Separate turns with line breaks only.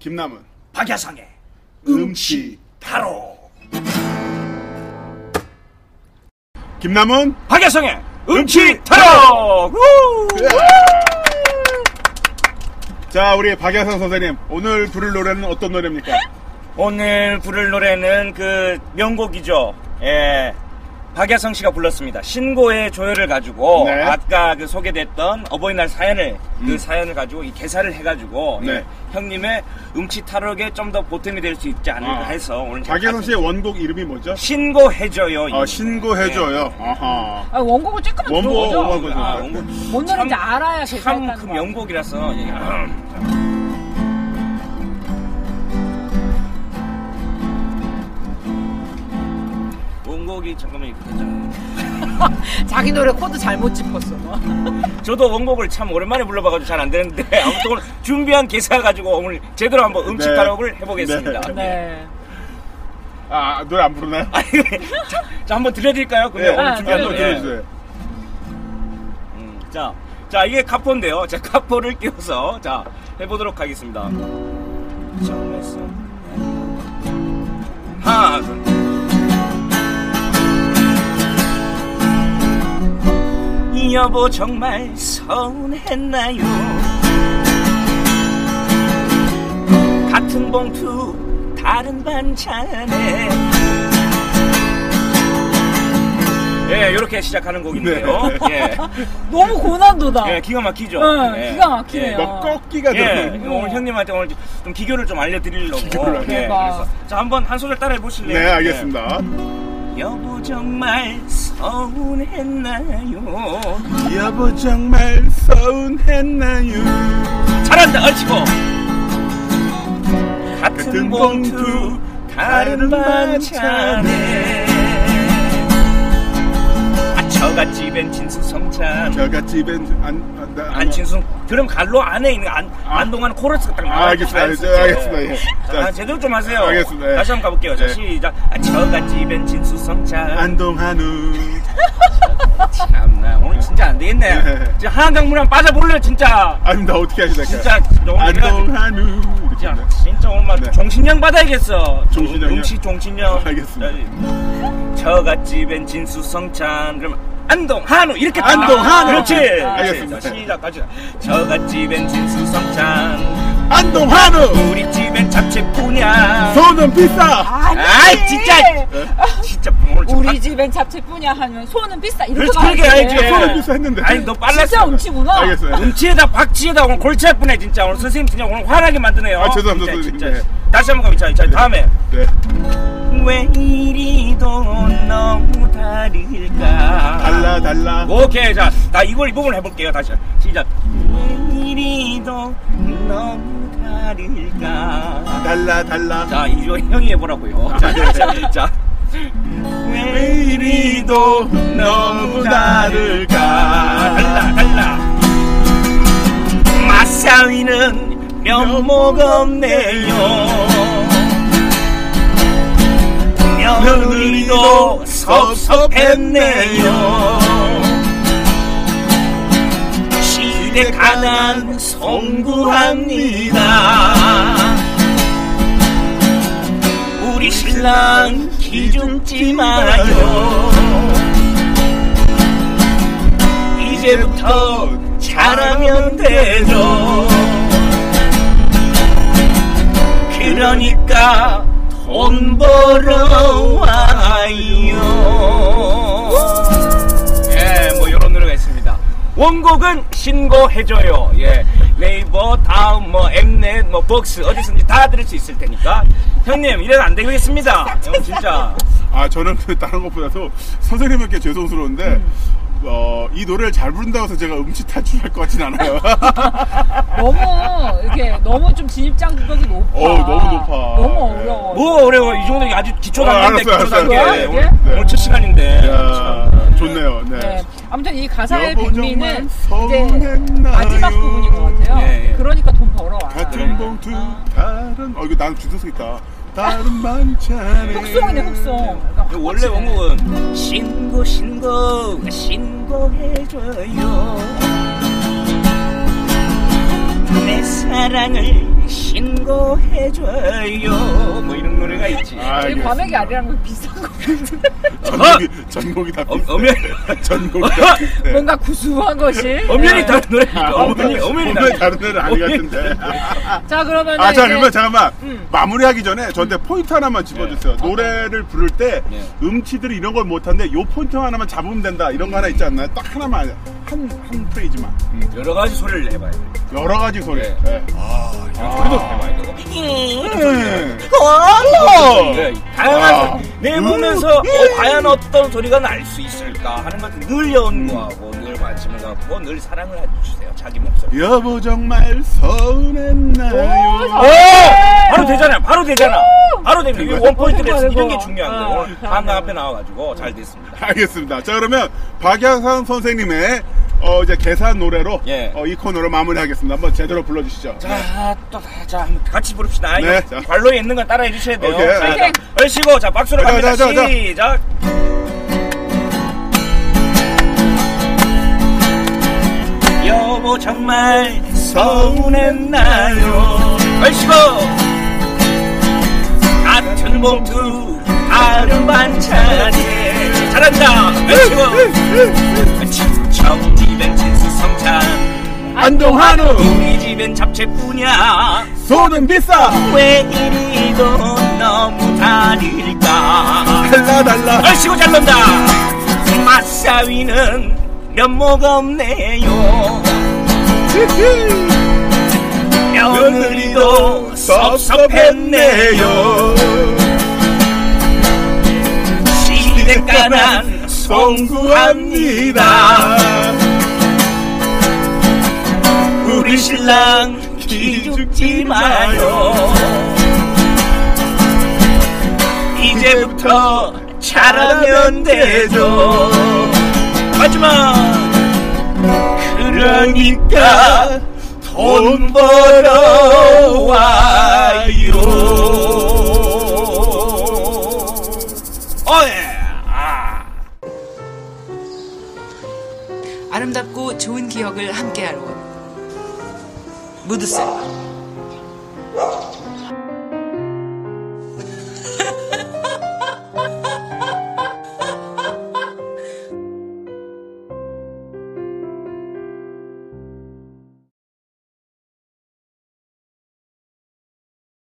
김남은
박야상의
음치
바로
김남은
박야상의 음치 타로
자 우리 박야상 선생님 오늘 부를 노래는 어떤 노래입니까?
오늘 부를 노래는 그 명곡이죠. 예. 박야성 씨가 불렀습니다. 신고의 조율을 가지고
네.
아까 그 소개됐던 어버이날 사연을 그 사연을 가지고 이 개사를 해가지고
네.
예, 형님의 음치 탈옥에 좀 더 보탬이 될 수 있지 않을까
아.
해서 오늘
박야상 씨의 원곡 이름이 뭐죠?
신고해줘요.
아, 신고해줘요. 아하.
아, 원곡을 조금만
원곡,
들어보죠.
원곡을.
아, 원곡.
뭔
참-
노래인지 알아야 제일
참 그 명곡이라서
음.
예, 아, 원곡이 잠깐만 이렇게 됐잖아요.
자기 노래 코드 잘못 짚었어.
저도 원곡을 참 오랜만에 불러봐가지고 잘 안 되는데 아무튼 오늘 준비한 기사 가지고 오늘 제대로 한번 음치
네.
타령을 해보겠습니다.
네.
아, 노래 안 부르나요?
아니, 자, 자, 한번 들려드릴까요?
네,
그러면 오늘
아,
준비한
네,
한번
노래.
네.
들어주세요.
음, 자, 자 이게 카포인데요. 자 카포를 끼워서 자 해보도록 하겠습니다. 처음에서 하나 둘. 여보 정말 서운했나요? 같은 봉투 다른 반찬에 예, 이렇게 시작하는 곡인데요. 예.
너무 고난도다.
예, 기가 막히죠.
응,
예.
아. 기가 막히네요.
뭐, 꺾기가
예. 예,
들어요.
오늘 형님한테 오늘 좀 기교를 좀 알려드리려고.
기교를 알려-
예,
대박.
그래서 자 한번 한 소절 따라해 보실래요?
네, 알겠습니다.
예. 여보 정말 서운했나요?
여보, 정말 서운했나요?
잘한다, 얼치고. 같은
같은
봉투
봉투,
다른
다른
반찬에. 아 처갓집엔 진수성찬.
제가 집엔 안, 안, 나-
안친순 그럼 갈로 안에 있는 안,
아.
안동안 코러스가 딱
아,
나와요.
알겠습니다.
자연스럽게.
알겠습니다. 예.
자,
자,
제대로 좀 하세요.
알겠습니다. 예.
다시 한번 가볼게요. 자,
예.
시작. 아, 처갓집엔 진수성찬.
안동한우.
참나 오늘 진짜 안 되겠네.
예.
진짜 한강물에 한번 빠져볼래요 진짜.
아닙니다. 어떻게 하실까요?
진짜 너무 내가
예. 안동한우. 이렇게
진짜
합니다.
진짜 엄마
네.
종신령 받아야겠어.
종신령이요?
음식 종신령.
알겠습니다.
자, 처갓집엔 진수성찬. 그럼 안동 한우 이렇게 딱
안동,
나와.
한우.
그렇지.
알겠습니다.
자, 시작 가자. 처갓집엔 진수성찬.
안동한우!
우리 집엔 잡채뿐이야.
소는 비싸!
아니.
아이, 진짜. 어? 진짜 오늘 좀
우리
빡-
집엔 잡채뿐이야 하면 소는 비싸. 이렇게
그렇지
말하지.
그렇게 알지.
소름 끼쳐 했는데.
아니 너
진짜
빨랐어.
음치구나.
알겠어요.
아. 음치에다 박치에다 오늘 골치 아프네 진짜 오늘 선생님 진짜 오늘 화나게 만드네요.
아, 죄송합니다,
진짜,
선생님.
진짜. 다시 한번 가보자. 자 다음에
네.
왜 이리도 너무 다를까.
달라, 달라.
오케이 자 나 이걸 이 부분 해볼게요 다시 시작. 왜 이리도 너무 다를까.
달라, 달라.
자, 이거 형이 해보라고요. 자, 자, 자. 왜 이리도 너무 다를까? 달라, 달라. 마사위는 면목 없네요. 며느리도 섭섭했네요. 시댁 가난 송구합니다. 우리 신랑 기죽지 마요 이제부터 잘하면 되죠 그러니까 돈 벌어와요 예뭐 요런 노래가 있습니다 원곡은 신고해줘요 예 네이버 다음 뭐 엠넷 뭐 복스 어디서든지 다 들을 수 있을 테니까 형님 이래도 안 되겠습니다 형 진짜
아 저는 그 다른 것보다도 선생님께 죄송스러운데
음.
어, 이 노래를 잘 부른다고 해서 제가 음치 탈출할 것 같진 않아요.
네.
너무 이렇게 너무 좀 진입장벽이 높아.
어우, 너무 높아.
너무 어려워.
뭐 어려워 이 정도 아주 기초 단계인데
아, 알았어요,
기초 단계
알았어요.
오늘,
네.
오늘 첫 시간인데
야,
아,
좋네요. 네.
네. 아무튼 이 가사의
여보,
백미는
정말
이제
서운했나요? 아,
마지막 부분인 것
예,
같아요.
예.
그러니까 돈 벌어와.
같은 봉투
네.
다른 어 이거 난 주소서 있다. 다른 만찬에
훅송이네 훅송. 그러니까
그 원래
확실히.
원곡은 신고 신고 신고해줘요 내 사랑을 신고해줘요 뭐 이런 노래가 있지
아,
이게
알겠습니다.
과메기 아니라는 건 비슷한 거 같은데
전곡이, 전곡이 다
어,
비슷해.
엄연
전곡이 다 비슷해.
뭔가 구수한 것이
엄연히
네.
다른 노래니까
아,
엄연히 엄연히
엄연히 다른
노래.
애는 아니 같은데.
자 그러면
아, 자, 그러면 잠깐만. 마무리하기 전에 저한테 포인트 하나만 집어주세요. 노래를 부를 때
네.
음치들이 이런 걸 못하는데 요 포인트 하나만 잡으면 된다. 이런 거 하나 있지 않나요? 딱 하나만. 한, 한 프레이즈만.
여러 가지 소리를 내봐야 돼
여러 가지 소리.
네.
네.
이런 소리도 해봐야 되고
음.
네, 다양한
아.
소리. 내 보면서 어, 과연 어떤 소리가 날 수 있을까 하는 것을 늘 연구하고 늘 관심을 갖고 늘 사랑을 해주세요 자기 목소리
여보 정말 서운했나요?
오,
오!
어!
네.
바로 되잖아요 바로 되잖아 바로 됩니다 이게 원포인트
이거
레슨 이런 게
이거.
중요한
아,
거예요 오늘 방금
감사합니다.
앞에 나와가지고 잘 됐습니다
알겠습니다. 자 그러면 박양상 선생님의 어, 이제 계산 노래로
예.
어, 이 코너로 마무리하겠습니다. 한번 제대로 불러주시죠.
자, 아, 또, 다- 자, 한번 같이 부릅시다.
네,
이거
자.
관로에 있는 건 따라해 주셔야 돼요.
오케이.
자, 자,
파이팅!
얼씨고, 자, 박수로
자,
갑니다.
자, 자, 자.
시작. 여보, 정말 서운했나요? 얼씨고! 같은 봉투, 다른 반찬에. 잘한다! 얼씨고! 친척 집엔 친수 성찬.
안동한우
우리 집엔 잡채뿐이야.
소는 비싸
왜 이리도 너무 다를까
달라 달라
얼씨구 잘 논다 맛사위는 면모가 없네요 며느리도 섭섭했네요 시댁가난 송구합니다 우리 신랑 기죽지 마요 이제부터 잘하면 되죠 마지막 그러니까 돈 벌어와요 어예 아.
아름답고 좋은 기억을 함께하러 무드셀